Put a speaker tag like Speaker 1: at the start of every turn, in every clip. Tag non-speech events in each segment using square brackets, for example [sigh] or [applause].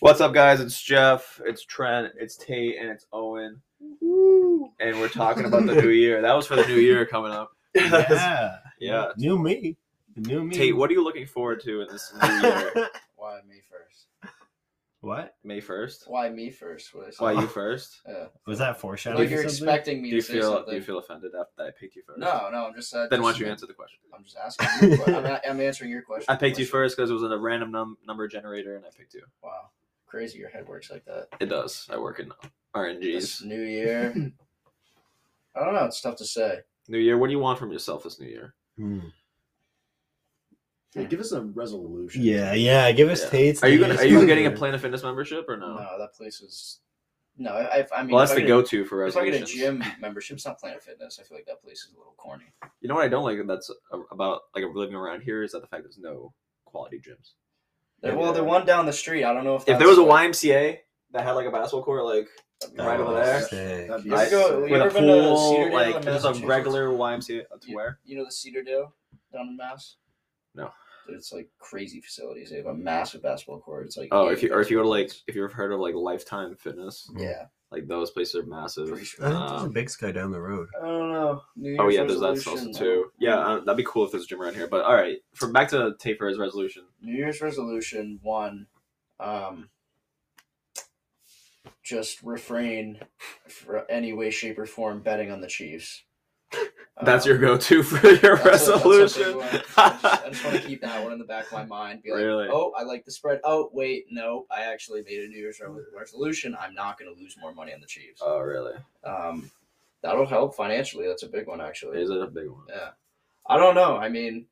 Speaker 1: What's up, guys? It's Jeff, it's Trent, it's Tate, and it's Owen. And we're talking about the new year. That was for the new year coming up.
Speaker 2: Yeah.
Speaker 1: Yeah.
Speaker 2: New me. New me. [laughs]
Speaker 1: Tate, what are you looking forward to in this new year?
Speaker 3: [laughs] Why me first?
Speaker 2: What?
Speaker 1: May 1st?
Speaker 3: Why me first? What is
Speaker 1: Why you first?
Speaker 3: Yeah.
Speaker 2: Was that foreshadowing?
Speaker 3: like you're
Speaker 2: or something?
Speaker 3: expecting me
Speaker 1: Do you
Speaker 3: to uh, say
Speaker 1: feel
Speaker 3: something.
Speaker 1: do you feel offended after that I picked you first?
Speaker 3: no, no. I'm just. Uh,
Speaker 1: Then why
Speaker 3: just-
Speaker 1: don't you answer the question?
Speaker 3: I'm just asking. You,
Speaker 1: [laughs]
Speaker 3: I'm, not- I'm answering your question.
Speaker 1: I picked you
Speaker 3: Question.
Speaker 1: first because it was a random num- number generator, and I picked you.
Speaker 3: Wow, crazy. Your head works like that.
Speaker 1: It does. I work in
Speaker 3: This
Speaker 1: RNGs.
Speaker 3: new
Speaker 1: [laughs]
Speaker 3: year. I don't know. It's tough to say.
Speaker 1: New year. What do you want from yourself this new year?
Speaker 2: Hmm.
Speaker 4: Hey, give us a resolution.
Speaker 2: Yeah, yeah. Give us
Speaker 1: Yeah.
Speaker 2: Tate's.
Speaker 1: Are you gonna,
Speaker 2: Tate's
Speaker 1: are you
Speaker 2: number.
Speaker 1: getting a Planet Fitness membership or no?
Speaker 3: No, that place is. No, I. I- I mean,
Speaker 1: well,
Speaker 3: if
Speaker 1: that's the
Speaker 3: I get a-
Speaker 1: go-to for
Speaker 3: If I get a
Speaker 1: resolutions.
Speaker 3: gym membership, it's not Planet Fitness. I feel like that place is a little corny.
Speaker 1: You know what I don't like that's a- about like living around here is that the fact there's no quality gyms.
Speaker 3: There-
Speaker 1: Yeah.
Speaker 3: well, the one down the street. I don't know if
Speaker 1: If
Speaker 3: that's
Speaker 1: there was a
Speaker 3: what-
Speaker 1: YMCA that had like a basketball court, like
Speaker 3: that'd be
Speaker 2: That
Speaker 1: right over
Speaker 2: would be
Speaker 1: there?
Speaker 2: Oh, sick.
Speaker 4: That'd be
Speaker 3: You
Speaker 1: I-
Speaker 3: ever go, you
Speaker 1: with
Speaker 3: ever
Speaker 1: a
Speaker 3: been to
Speaker 1: pool,
Speaker 3: Cedardale
Speaker 1: like
Speaker 3: in
Speaker 1: there's a
Speaker 3: Massachusetts?
Speaker 1: regular YMCA to where
Speaker 3: You know the Cedardale down in Mass?
Speaker 1: No.
Speaker 3: Dude, it's like crazy facilities. They have a massive basketball court. It's like
Speaker 1: Oh,
Speaker 3: eight
Speaker 1: if you or if you go to like
Speaker 3: basketball
Speaker 1: if you've heard of like Lifetime Fitness,
Speaker 3: courts. yeah,
Speaker 1: like those places are massive.
Speaker 3: Pretty sure.
Speaker 2: I think there's a
Speaker 1: Um,
Speaker 2: big sky down the road.
Speaker 3: I don't know. New
Speaker 1: Oh
Speaker 3: Year's
Speaker 1: yeah, there's that also
Speaker 3: resolution,
Speaker 1: too. Yeah, uh, that'd be cool if there's a gym around here. But all right, from back to Taper's resolution.
Speaker 3: New Year's resolution one, um, just refrain for any way, shape, or form betting on the Chiefs.
Speaker 1: [laughs] That's
Speaker 3: Um,
Speaker 1: your go-to [laughs] for your
Speaker 3: That's a- that's a big
Speaker 1: resolution.
Speaker 3: one.
Speaker 1: [laughs]
Speaker 3: I just, I just want to keep that one in the back of my mind. Be like,
Speaker 1: Really?
Speaker 3: oh, I like the spread. Oh, wait, no, I actually made a New Year's re- resolution. I'm not going to lose more money on the Chiefs.
Speaker 1: [laughs] oh really?
Speaker 3: Um, that'll help financially. That's a big one, actually.
Speaker 1: Is it a big one?
Speaker 3: Yeah. I don't know. I mean,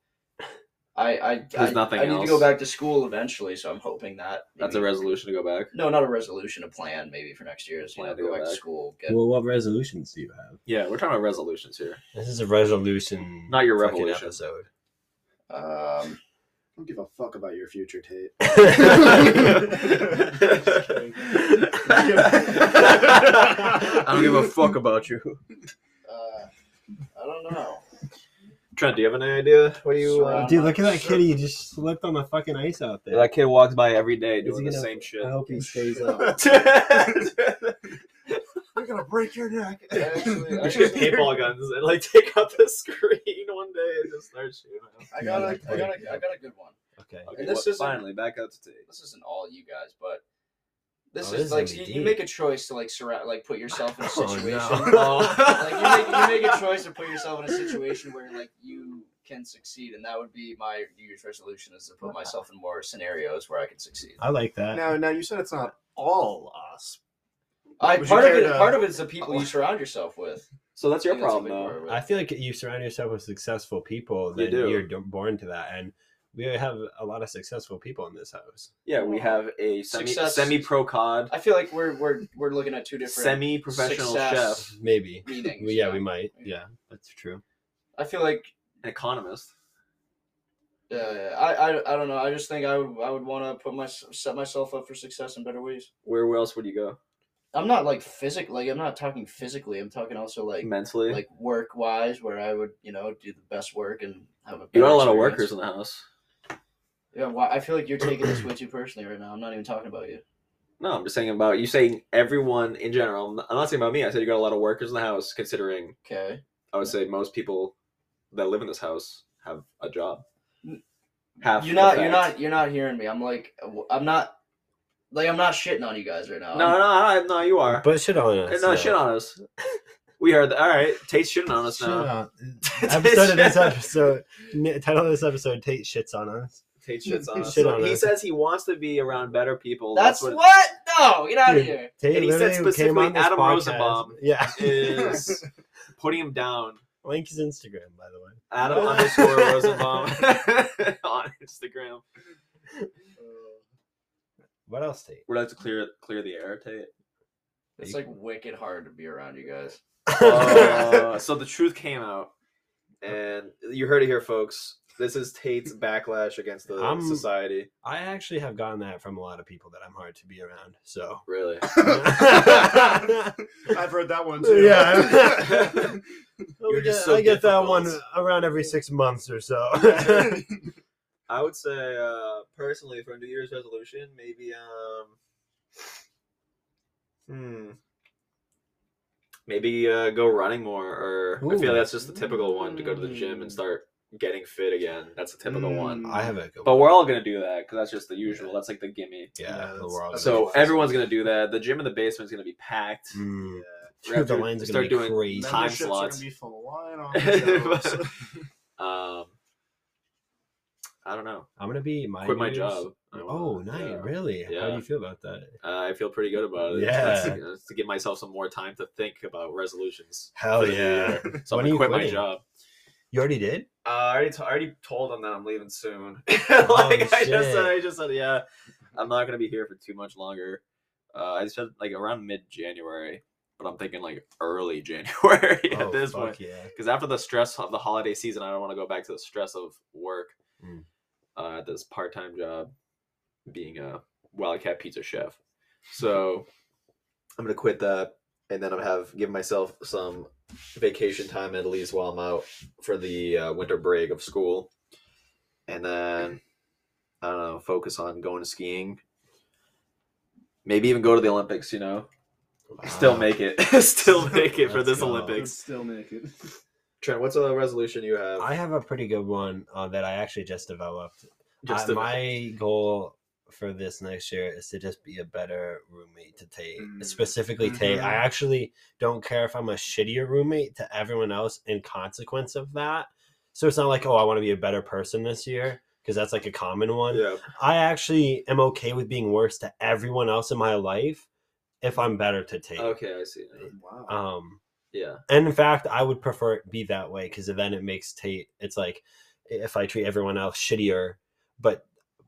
Speaker 3: I I
Speaker 1: There's
Speaker 3: I,
Speaker 1: nothing
Speaker 3: I need
Speaker 1: else.
Speaker 3: to go back to school eventually, so I'm hoping that
Speaker 1: That's a
Speaker 3: maybe-
Speaker 1: resolution to go back.
Speaker 3: No, not a resolution. A plan maybe for next year is you
Speaker 1: Plan
Speaker 3: know
Speaker 1: to
Speaker 3: go
Speaker 1: go
Speaker 3: back to
Speaker 1: back.
Speaker 3: school. Get
Speaker 2: Well, what resolutions do you have?
Speaker 1: Yeah, we're talking about resolutions
Speaker 3: [laughs]
Speaker 1: here.
Speaker 2: This is a resolution.
Speaker 1: Not your
Speaker 2: fucking
Speaker 1: revolution.
Speaker 2: episode. [laughs]
Speaker 3: um.
Speaker 4: I don't give a fuck about your future, Tate.
Speaker 1: I don't give a fuck about you.
Speaker 3: Uh, I don't know.
Speaker 1: Trent, do you have any idea? What do you? Uh,
Speaker 3: Surround-
Speaker 2: Dude, look at that
Speaker 3: Sure.
Speaker 2: kitty. He just slipped on the fucking ice out there.
Speaker 1: that kid walks by every day
Speaker 2: Is he
Speaker 1: doing the
Speaker 2: gonna-
Speaker 1: same shit.
Speaker 2: I
Speaker 1: [laughs]
Speaker 2: hope he stays up.
Speaker 4: You're gonna break your neck.
Speaker 3: I actually, I
Speaker 1: We should get
Speaker 3: actually- [laughs]
Speaker 1: paintball guns and like take out the screen one day and just start shooting. them.
Speaker 3: I got
Speaker 2: Yeah,
Speaker 3: a, I got a, I got a good one.
Speaker 2: Okay.
Speaker 1: Okay,
Speaker 3: this
Speaker 1: well,
Speaker 3: isn't-
Speaker 1: finally back out to Tate.
Speaker 3: This isn't all you guys, but this
Speaker 2: Oh,
Speaker 3: is
Speaker 2: this is
Speaker 3: like
Speaker 2: gonna
Speaker 3: you,
Speaker 2: be
Speaker 3: you
Speaker 2: deep.
Speaker 3: make a choice to like surround, like put yourself in a
Speaker 2: [laughs] Oh,
Speaker 3: situation.
Speaker 2: no.
Speaker 3: [laughs] like you make, you make a choice to put yourself in a situation where like you can succeed, and that would be my New Year's resolution is to put myself in more scenarios where I can succeed.
Speaker 2: I like that.
Speaker 4: Now, now you said it's not all us.
Speaker 3: I
Speaker 4: Would you
Speaker 3: part of
Speaker 4: care
Speaker 3: it,
Speaker 4: to-
Speaker 3: part of it's the
Speaker 2: [laughs]
Speaker 3: people you surround yourself with.
Speaker 1: So that's
Speaker 3: I
Speaker 1: your
Speaker 3: think that's a
Speaker 1: problem
Speaker 3: big
Speaker 1: though.
Speaker 3: part of it.
Speaker 2: I feel like you surround yourself with successful people,
Speaker 1: You
Speaker 2: then
Speaker 1: do.
Speaker 2: you are born to that. And we have a lot of successful people in this house.
Speaker 1: Yeah, we have a semi
Speaker 3: Success-
Speaker 1: semi pro cod,
Speaker 3: I feel like we're we're we're looking at two different
Speaker 1: semi professional
Speaker 3: success.
Speaker 1: chef,
Speaker 2: Maybe. [laughs]
Speaker 3: meanings.
Speaker 2: We- yeah,
Speaker 3: you
Speaker 2: we
Speaker 3: know?
Speaker 2: might. Yeah, that's true.
Speaker 3: I feel like
Speaker 1: an economist.
Speaker 3: Yeah, yeah. I, I, I don't know. I just think I would, I would want to put my, set myself up for success in better ways.
Speaker 1: Where else would you go?
Speaker 3: I'm not like physic, like I'm not talking physically. I'm talking also like,
Speaker 1: Mentally,
Speaker 3: like work wise, where I would, you know, do the best work and have a.
Speaker 1: you got
Speaker 3: better
Speaker 1: a lot of
Speaker 3: experience.
Speaker 1: workers in the house.
Speaker 3: Yeah, why, I feel like you're taking this way too personally right now. I'm not even talking about you.
Speaker 1: No, I'm just saying about you saying everyone in general. I'm not- I'm not saying about me. I said you got a lot of workers in the house, considering
Speaker 3: Okay.
Speaker 1: I would say most people that live in this house have a job. Half
Speaker 3: You're
Speaker 1: the
Speaker 3: not, you're
Speaker 1: fact.
Speaker 3: not, you're not hearing me. I'm like, I'm not, like I'm not shitting on you guys right now.
Speaker 1: No, no, no, no. You are.
Speaker 2: But shit on
Speaker 1: Hey,
Speaker 2: us.
Speaker 1: no,
Speaker 2: now.
Speaker 1: shit on us. [laughs] We heard that. All right, Tate's shitting on us
Speaker 2: Shit on-
Speaker 1: now. [laughs]
Speaker 2: episode of this episode, n- title of this episode, Tate shits on us.
Speaker 1: Tate shits on us.
Speaker 2: Shit on
Speaker 1: he
Speaker 2: us.
Speaker 1: says he wants to be around better people.
Speaker 3: That's, what, No, get out
Speaker 2: Dude.
Speaker 3: of here.
Speaker 2: Tate
Speaker 1: And he said
Speaker 2: literally came
Speaker 1: specifically
Speaker 2: on this
Speaker 1: Adam
Speaker 2: podcast.
Speaker 1: Rosenbaum.
Speaker 2: Yeah.
Speaker 1: [laughs]
Speaker 3: [laughs]
Speaker 1: is putting him down.
Speaker 2: [laughs] Link his Instagram, by the way.
Speaker 1: Adam underscore
Speaker 3: [laughs]
Speaker 1: Rosenbaum [laughs] on Instagram.
Speaker 2: What else,
Speaker 1: [laughs]
Speaker 2: Tate?
Speaker 1: We're gonna have to clear clear the air, Tate.
Speaker 3: It's like wicked hard to be around you guys.
Speaker 1: Uh, so the truth came out, and you heard it here, folks. This is Tate's backlash against the
Speaker 2: I'm-
Speaker 1: society.
Speaker 2: I actually have gotten that from a lot of people that I'm hard to be around. So. [laughs]
Speaker 1: [laughs] Really?
Speaker 4: [laughs] I've heard that one too. [laughs]
Speaker 2: Yeah.
Speaker 1: You're
Speaker 2: I
Speaker 1: just
Speaker 2: get-
Speaker 1: so
Speaker 2: I get that
Speaker 1: difficult.
Speaker 2: one around every six months or
Speaker 5: [laughs]
Speaker 2: so.
Speaker 1: I would say, uh, personally, for a New Year's resolution, maybe um, Hmm. Maybe uh, go running more, or I feel
Speaker 2: Ooh.
Speaker 1: that's just the typical one to go to the gym and start getting fit again. That's the typical one.
Speaker 5: I have a good
Speaker 1: But we're all gonna do that because that's just the usual. That's like the gimme.
Speaker 5: Yeah,
Speaker 2: Yeah,
Speaker 5: but
Speaker 2: that's-
Speaker 5: we're all
Speaker 2: that's
Speaker 1: So eh,
Speaker 2: Okay.
Speaker 1: everyone's gonna do that. The gym in the basement's gonna be packed.
Speaker 5: Mm.
Speaker 1: We're gonna
Speaker 2: the
Speaker 1: have to
Speaker 2: lines are
Speaker 1: start
Speaker 2: gonna be
Speaker 1: doing
Speaker 2: crazy.
Speaker 1: time
Speaker 4: Memberships are
Speaker 1: slots.
Speaker 4: gonna be full line on [laughs] themselves.
Speaker 1: Um, I don't know.
Speaker 5: I'm gonna be my
Speaker 1: Quit my
Speaker 5: Year's-
Speaker 1: job. I wanna-
Speaker 5: Oh, nice,
Speaker 1: yeah.
Speaker 5: really? How do
Speaker 1: Yeah.
Speaker 5: you feel about that?
Speaker 1: Uh, I feel pretty good about it.
Speaker 5: Yeah.
Speaker 1: That's, that's to give myself some more time to think about resolutions.
Speaker 5: Hell
Speaker 1: for the new
Speaker 5: Oh, yeah! [laughs]
Speaker 1: year. So
Speaker 5: When
Speaker 1: I'm gonna
Speaker 5: are you
Speaker 1: quit my
Speaker 5: quitting?
Speaker 1: job.
Speaker 5: You already did?
Speaker 1: Uh, I already, t- I already told them that I'm leaving soon. [laughs] like I
Speaker 5: Oh, shit.
Speaker 1: just said, I just said, yeah, I'm not gonna be here for too much longer. Uh, I said like around mid January, but I'm thinking like early [laughs] January at
Speaker 5: Oh,
Speaker 1: this
Speaker 5: fuck
Speaker 1: point.
Speaker 5: yeah.
Speaker 1: Because after the stress of the holiday season, I don't want to go back to the stress of work.
Speaker 5: Mm.
Speaker 1: Uh, at this part time job, being a Wildcat Pizza chef, so [laughs] I'm gonna quit that, and then I'm have give myself some vacation time at least while I'm out for the uh, winter break of school, and then I don't know, focus on going skiing. Maybe even go to the Olympics. You know, still
Speaker 5: Wow.
Speaker 1: make it, [laughs] still make it for
Speaker 5: Let's
Speaker 1: this
Speaker 5: go.
Speaker 1: Olympics.
Speaker 4: still naked.
Speaker 1: Trent, what's a resolution you have?
Speaker 5: I have a pretty good one uh, that I actually just developed.
Speaker 1: Just
Speaker 5: I-
Speaker 1: a-
Speaker 5: my goal for this next year is to just be a better roommate to Tate,
Speaker 1: Mm. Mm-hmm.
Speaker 5: specifically Tate. I actually don't care if I'm a shittier roommate to everyone else in consequence of that. So it's not like, oh, I want to be a better person this year because that's like a common one.
Speaker 1: yeah.
Speaker 5: I actually am okay with being worse to everyone else in my life if I'm better to Tate.
Speaker 1: Okay, I see.
Speaker 4: [laughs]
Speaker 1: Uh,
Speaker 4: Wow.
Speaker 5: Um,
Speaker 1: Yeah.
Speaker 5: and in fact, I would prefer it be that way because then it makes Tate. It's like if I treat everyone else shittier, but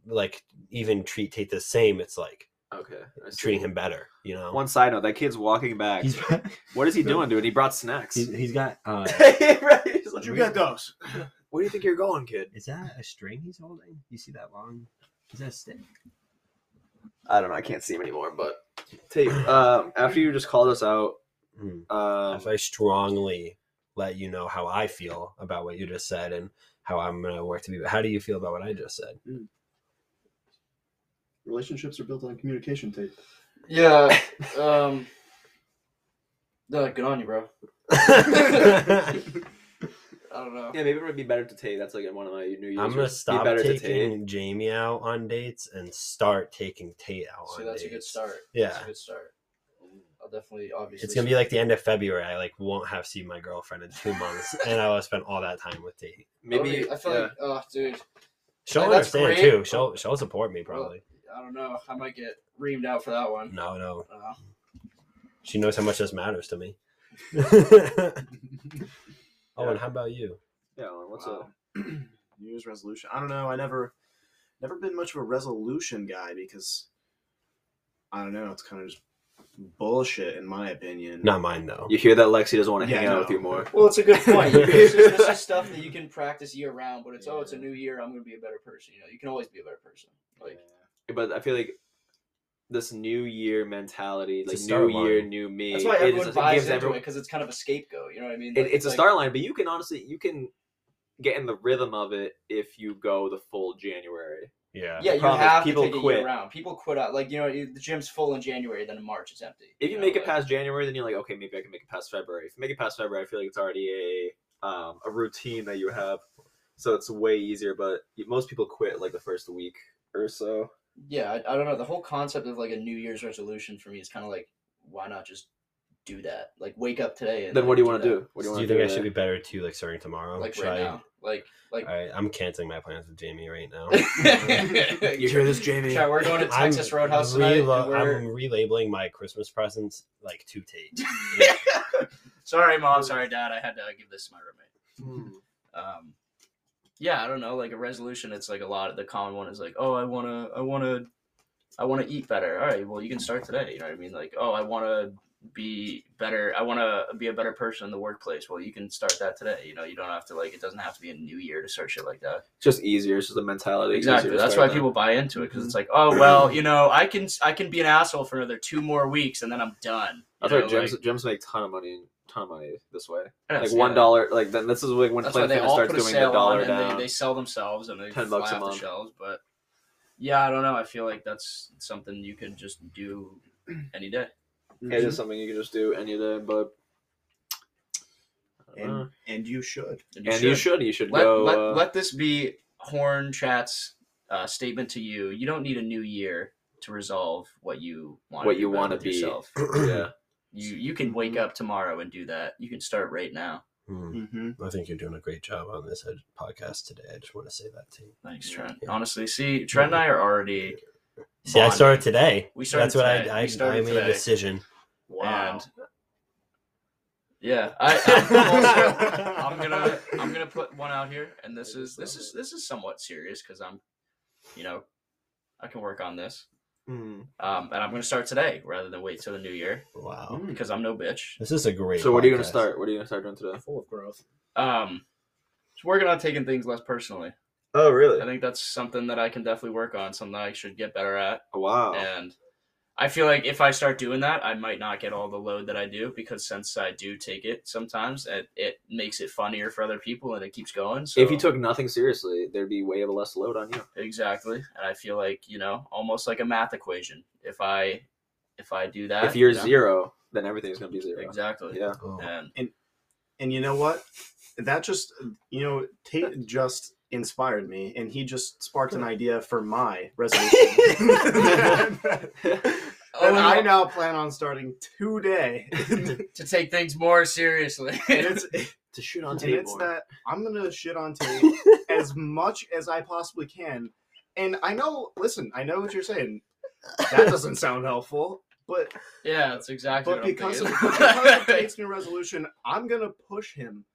Speaker 5: like even treat Tate the same, it's like
Speaker 1: Okay. I see.
Speaker 5: treating him better. You know,
Speaker 1: One side note: that kid's walking back.
Speaker 5: [laughs] he's
Speaker 1: What is
Speaker 5: [laughs]
Speaker 1: he doing, dude? He brought snacks. [laughs]
Speaker 5: he's, he's got. Uh,
Speaker 1: Right, he's like,
Speaker 4: you got those?
Speaker 1: Where do you think you're going, kid?
Speaker 5: is that a string he's holding? You see that long? Is that a stick?
Speaker 1: I don't know. I can't see him anymore. But
Speaker 5: [laughs]
Speaker 1: Tate, um, after you just called us out,
Speaker 5: Hmm.
Speaker 1: um,
Speaker 5: If I strongly let you know how I feel about what you just said and how I'm gonna work to be. How do you feel about what I just
Speaker 1: [laughs]
Speaker 5: said? [laughs]
Speaker 4: Relationships are built on communication tape.
Speaker 1: [laughs]
Speaker 3: Yeah. Um. No, good on you, bro. I don't know.
Speaker 1: yeah, maybe it would be better to Tate. That's like one of my New Year's.
Speaker 5: I'm gonna
Speaker 1: res-
Speaker 5: stop
Speaker 1: be better to Tate.
Speaker 5: taking Jamie out on dates and start taking Tate out
Speaker 3: So
Speaker 5: on
Speaker 3: that's a
Speaker 5: dates.
Speaker 3: good start. That's
Speaker 5: Yeah,
Speaker 3: a good start. I'll definitely, obviously.
Speaker 5: it's gonna be like the end of February. I like won't have seen my girlfriend in two
Speaker 3: [laughs]
Speaker 5: months, and I will spend all that time with Tate.
Speaker 1: Maybe
Speaker 3: I feel
Speaker 1: yeah.
Speaker 3: like, oh, dude,
Speaker 5: She'll
Speaker 3: Like, that's
Speaker 5: understand
Speaker 3: great.
Speaker 5: too. She'll she'll support me probably.
Speaker 3: I don't know. I might get reamed out for that one.
Speaker 5: No, no,
Speaker 3: Uh,
Speaker 5: she knows how much this matters to
Speaker 3: [laughs]
Speaker 5: me. Oh, and how about you?
Speaker 1: yeah. well, What's
Speaker 4: Wow. [clears throat] New Year's resolution? I don't know. I never, never been much of a resolution guy because I don't know. It's kind of just bullshit, in my opinion.
Speaker 5: Not mine though.
Speaker 1: a? You hear that Lexi doesn't want to
Speaker 4: Yeah,
Speaker 1: hang
Speaker 4: I
Speaker 1: out
Speaker 4: know.
Speaker 1: with you more.
Speaker 3: well, it's a [laughs] good point. You- this, is, this
Speaker 1: Yeah.
Speaker 3: is stuff that you can practice year round, but it's, oh, it's a new year. I'm gonna be a better person. You know, you can always be a better person. Like,
Speaker 1: But I feel like this new year mentality,
Speaker 5: It's a
Speaker 1: like
Speaker 5: start
Speaker 1: new year,
Speaker 5: line.
Speaker 1: new me.
Speaker 3: that's why
Speaker 1: it is-
Speaker 3: everyone
Speaker 1: it
Speaker 3: buys
Speaker 1: gives
Speaker 3: into
Speaker 1: everyone-
Speaker 3: it because it's kind of a scapegoat. You know what I mean?
Speaker 1: it,
Speaker 3: Like,
Speaker 1: it's a
Speaker 3: like-
Speaker 1: start line, but you can honestly you can get in the rhythm of it if you go the full January.
Speaker 5: Yeah.
Speaker 3: Yeah,
Speaker 1: The
Speaker 3: you
Speaker 1: problem is
Speaker 3: have
Speaker 1: people
Speaker 3: to take it
Speaker 1: quit.
Speaker 3: year round. People quit out. Like you know, the gym's full in January, then in March it's empty.
Speaker 1: If you
Speaker 3: know,
Speaker 1: make it
Speaker 3: like-
Speaker 1: past January, then you're like, okay, maybe I can make it past February. If you make it past February, I feel like it's already a um, a routine that you have, so it's way easier. But most people quit like the first week or so.
Speaker 3: yeah I, I don't know the whole concept of like a new year's resolution for me is kind of like why not just do that like wake up today and
Speaker 1: Then
Speaker 3: like,
Speaker 1: what do you want to
Speaker 3: that.
Speaker 1: do? What do you
Speaker 5: Do
Speaker 1: want
Speaker 5: you
Speaker 1: to do?
Speaker 5: think I should be
Speaker 1: then?
Speaker 5: better too, like starting
Speaker 1: Oh,
Speaker 5: tomorrow?
Speaker 3: like
Speaker 5: Should
Speaker 3: right
Speaker 5: I-
Speaker 3: now like like
Speaker 5: All right, I'm canceling my plans with Jamie right now.
Speaker 1: [laughs] You hear
Speaker 3: [laughs]
Speaker 1: this, Jamie?
Speaker 3: Chad, we're going to texas roadhouse tonight and
Speaker 5: rela-
Speaker 3: we're-
Speaker 5: I'm relabeling my Christmas presents like to Tate.
Speaker 3: [laughs] sorry mom sorry dad i had to give this to my roommate
Speaker 1: Hmm.
Speaker 3: um yeah i don't know like a resolution it's like a lot of the common one is like oh i want to i want to i want to eat better all right well you can start today you know what i mean like oh i want to be better i want to be a better person in the workplace well you can start that today you know you don't have to like it doesn't have to be a new year to start shit like that
Speaker 1: Just easier. It's just the mentality.
Speaker 3: exactly
Speaker 1: easier to
Speaker 3: that's why
Speaker 1: start Mm-hmm.
Speaker 3: people buy into it because it's like oh well you know i can i can be an asshole for another two more weeks and then i'm done
Speaker 1: That's
Speaker 3: You
Speaker 1: why
Speaker 3: know,
Speaker 1: gyms
Speaker 3: like-
Speaker 1: gyms make ton of money, ton of money this way.
Speaker 3: yeah,
Speaker 1: Like
Speaker 3: so
Speaker 1: one
Speaker 3: yeah.
Speaker 1: dollar. Like then this is like when
Speaker 3: That's why
Speaker 1: Planet
Speaker 3: they
Speaker 1: Fitness
Speaker 3: all
Speaker 1: starts
Speaker 3: put a
Speaker 1: doing
Speaker 3: sale
Speaker 1: the dollar
Speaker 3: on
Speaker 1: down.
Speaker 3: and they, they sell themselves and they
Speaker 1: 10
Speaker 3: fly
Speaker 1: bucks a
Speaker 3: off
Speaker 1: month.
Speaker 3: the shelves. But yeah, I don't know. I feel like that's something you could just do any day.
Speaker 1: It's just something you can just do any day, but I don't know.
Speaker 4: And, and you should.
Speaker 1: and, you should you should
Speaker 3: let,
Speaker 1: go.
Speaker 3: let,
Speaker 1: uh,
Speaker 3: let this be horn chat's uh, statement to you you don't need a new year to resolve what you want
Speaker 1: What
Speaker 3: to
Speaker 1: you
Speaker 3: do better
Speaker 1: wanna
Speaker 3: with
Speaker 1: be.
Speaker 3: yourself
Speaker 1: [clears throat]
Speaker 3: [laughs]
Speaker 1: yeah,
Speaker 3: you you can wake up tomorrow and do that you can start right now
Speaker 5: Hmm. [laughs]
Speaker 4: Mm-hmm.
Speaker 5: I think you're doing a great job on this ed- podcast today. I just want to say that to you.
Speaker 3: thanks
Speaker 4: Yeah.
Speaker 3: trent honestly see trent and i are already
Speaker 5: See, I
Speaker 3: bonding.
Speaker 5: started today.
Speaker 3: we started
Speaker 5: That's what
Speaker 3: today.
Speaker 5: I, I,
Speaker 3: We started
Speaker 5: I made
Speaker 3: today.
Speaker 5: a decision.
Speaker 4: Wow.
Speaker 3: And- yeah I, [laughs] I'm, also- I'm gonna I'm gonna put one out here, and this is this is this is somewhat serious because I'm, you know, I can work on this.
Speaker 1: Hmm.
Speaker 3: Um, and I'm gonna start today rather than wait till the new year
Speaker 5: Wow.
Speaker 4: Mm.
Speaker 3: because I'm no bitch.
Speaker 5: This is a great
Speaker 1: So what are you gonna
Speaker 5: podcast.
Speaker 1: start? What are you gonna start doing today?
Speaker 4: Full of growth.
Speaker 3: Um, just working on taking things less personally.
Speaker 1: Oh really?
Speaker 3: I think that's something that I can definitely work on. Something I should get better at.
Speaker 1: Oh, wow.
Speaker 3: And I feel like if I start doing that, I might not get all the load that I do because since I do take it sometimes, it, it makes it funnier for other people and it keeps going. So
Speaker 1: If you took nothing seriously, there'd be way of less load on you.
Speaker 3: Exactly. And I feel like, you know, almost like a math equation. If I if I do that
Speaker 1: if you're
Speaker 3: you know,
Speaker 1: zero, then everything's gonna be zero.
Speaker 3: Exactly.
Speaker 1: Yeah.
Speaker 5: Oh.
Speaker 3: And
Speaker 4: And you know what? That just, you know, Tate just inspired me, and he just sparked an idea for my resolution. Oh,
Speaker 3: Oh,
Speaker 4: and I now plan on starting today. and
Speaker 3: to take things more seriously.
Speaker 4: it's
Speaker 1: to shoot
Speaker 4: and
Speaker 1: tape
Speaker 4: it's
Speaker 1: more.
Speaker 4: that I'm gonna shit on Tate as much as I possibly can. And I know, listen, I know what you're saying. That doesn't sound helpful, but
Speaker 3: [laughs] yeah, that's exactly
Speaker 4: but
Speaker 3: what I'm [laughs]
Speaker 4: because of, [laughs]
Speaker 3: thinking.
Speaker 4: because of Tate's new resolution, I'm gonna push him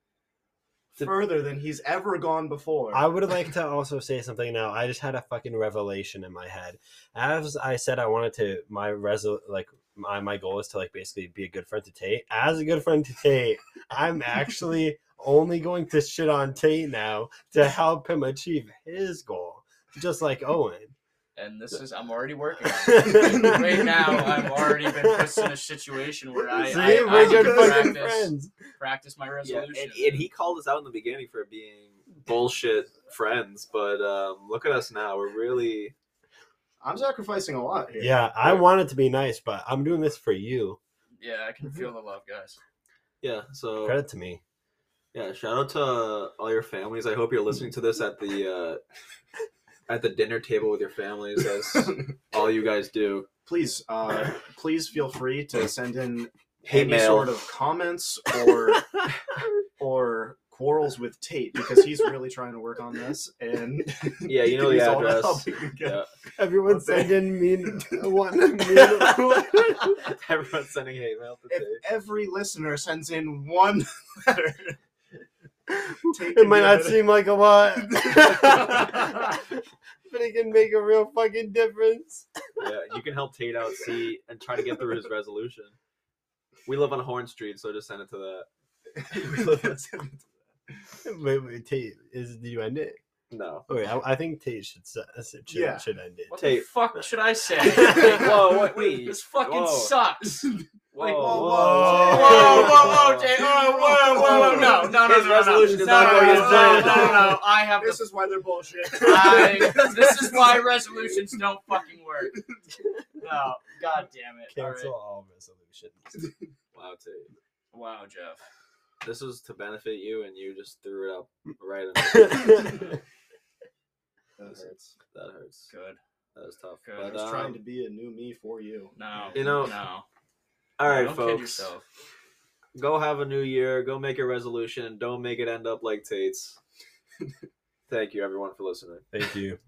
Speaker 1: To-
Speaker 4: further than he's ever gone before.
Speaker 5: I would like to also say something now. I just had a fucking revelation in my head. As I said, I wanted to my resol like my my goal is to like basically be a good friend to Tate. As a good friend to Tate, I'm actually only going to shit on Tate now to help him achieve his goal, just like Owen.
Speaker 3: and this is I'm already working on it.
Speaker 5: [laughs]
Speaker 3: Right now I've already been put in a situation where I,
Speaker 5: See,
Speaker 3: I,
Speaker 5: we're
Speaker 3: I
Speaker 5: good
Speaker 3: can
Speaker 5: fucking
Speaker 3: practice,
Speaker 5: friends.
Speaker 3: practice my
Speaker 1: Yeah,
Speaker 3: resolution.
Speaker 1: and, and he called us out in the beginning for being bullshit friends, but um, look at us now. We're really
Speaker 4: I'm sacrificing a lot here.
Speaker 5: Yeah, I wanted to be nice, but I'm doing this for you.
Speaker 3: yeah, I can feel the love,
Speaker 1: [laughs]
Speaker 3: guys.
Speaker 1: yeah. So
Speaker 5: Credit to me.
Speaker 1: yeah, shout out to uh, all your families. I hope you're listening to this at the uh, at the dinner table with your families, as all you guys do.
Speaker 4: Please, uh,
Speaker 1: [laughs]
Speaker 4: please feel free to send in
Speaker 1: Hate
Speaker 4: any
Speaker 1: mail.
Speaker 4: sort of comments
Speaker 1: [laughs]
Speaker 4: or or quarrels with Tate because he's really trying to work on this. And
Speaker 1: [laughs] Yeah,
Speaker 4: [laughs]
Speaker 1: you know
Speaker 4: he's
Speaker 1: the
Speaker 4: all
Speaker 1: address.
Speaker 4: help he can get.
Speaker 1: Yeah.
Speaker 5: Everyone
Speaker 4: Okay.
Speaker 5: sending me one. mean-
Speaker 1: Everyone's sending hate mail to
Speaker 4: If
Speaker 1: Dave.
Speaker 4: every listener sends in one [laughs] letter, Tate
Speaker 5: It
Speaker 4: can
Speaker 5: might
Speaker 4: be
Speaker 5: not
Speaker 4: a bit-
Speaker 5: seem like a [laughs] lot, but it can make a real fucking difference.
Speaker 1: yeah, you can help Tate out see and try to get through his resolution. We live on Horn Street, so just send it to that.
Speaker 5: Wait, wait, Tate, is did you end it?
Speaker 1: No.
Speaker 5: Oh, wait, I, I think Tate should se- should,
Speaker 4: Yeah.
Speaker 5: should end it.
Speaker 3: What
Speaker 1: Tape.
Speaker 3: the fuck should
Speaker 1: [laughs]
Speaker 3: I say? Like,
Speaker 1: Whoa, wait,
Speaker 3: [laughs]
Speaker 1: wait.
Speaker 3: this fucking
Speaker 1: Whoa. [laughs]
Speaker 3: sucks.
Speaker 1: Whoa,
Speaker 4: Wait, whoa,
Speaker 5: whoa.
Speaker 1: Tate.
Speaker 3: Whoa, whoa, whoa, Jay. Whoa, whoa, whoa, whoa. No, no, no,
Speaker 1: His
Speaker 3: no, no. No,
Speaker 1: resolution
Speaker 3: no,
Speaker 1: is not
Speaker 3: no,
Speaker 1: going
Speaker 3: no,
Speaker 1: to
Speaker 3: no,
Speaker 1: stand.
Speaker 3: no. I have
Speaker 4: [laughs] This
Speaker 3: the.
Speaker 4: is why
Speaker 1: [laughs]
Speaker 4: they're bullshit. [laughs]
Speaker 3: I, this is why resolutions don't fucking
Speaker 1: [laughs]
Speaker 3: work. No, god damn it. All
Speaker 5: Cancel
Speaker 3: right.
Speaker 5: all [laughs] resolutions.
Speaker 1: Wow, Tate.
Speaker 3: Wow, Jeff.
Speaker 1: This was to benefit you, and you just threw it up right in.
Speaker 4: That hurts.
Speaker 1: That hurts.
Speaker 3: Good.
Speaker 1: That was tough.
Speaker 3: Good.
Speaker 1: But,
Speaker 4: I was trying
Speaker 1: um,
Speaker 4: to be a new me for you.
Speaker 3: No.
Speaker 1: You know-
Speaker 3: no.
Speaker 1: all right,
Speaker 3: don't kid
Speaker 1: folks.
Speaker 3: yourself.
Speaker 1: Go have a new year. Go make a resolution. Don't make it end up like Tate's. [laughs] Thank you, everyone, for listening.
Speaker 5: Thank you.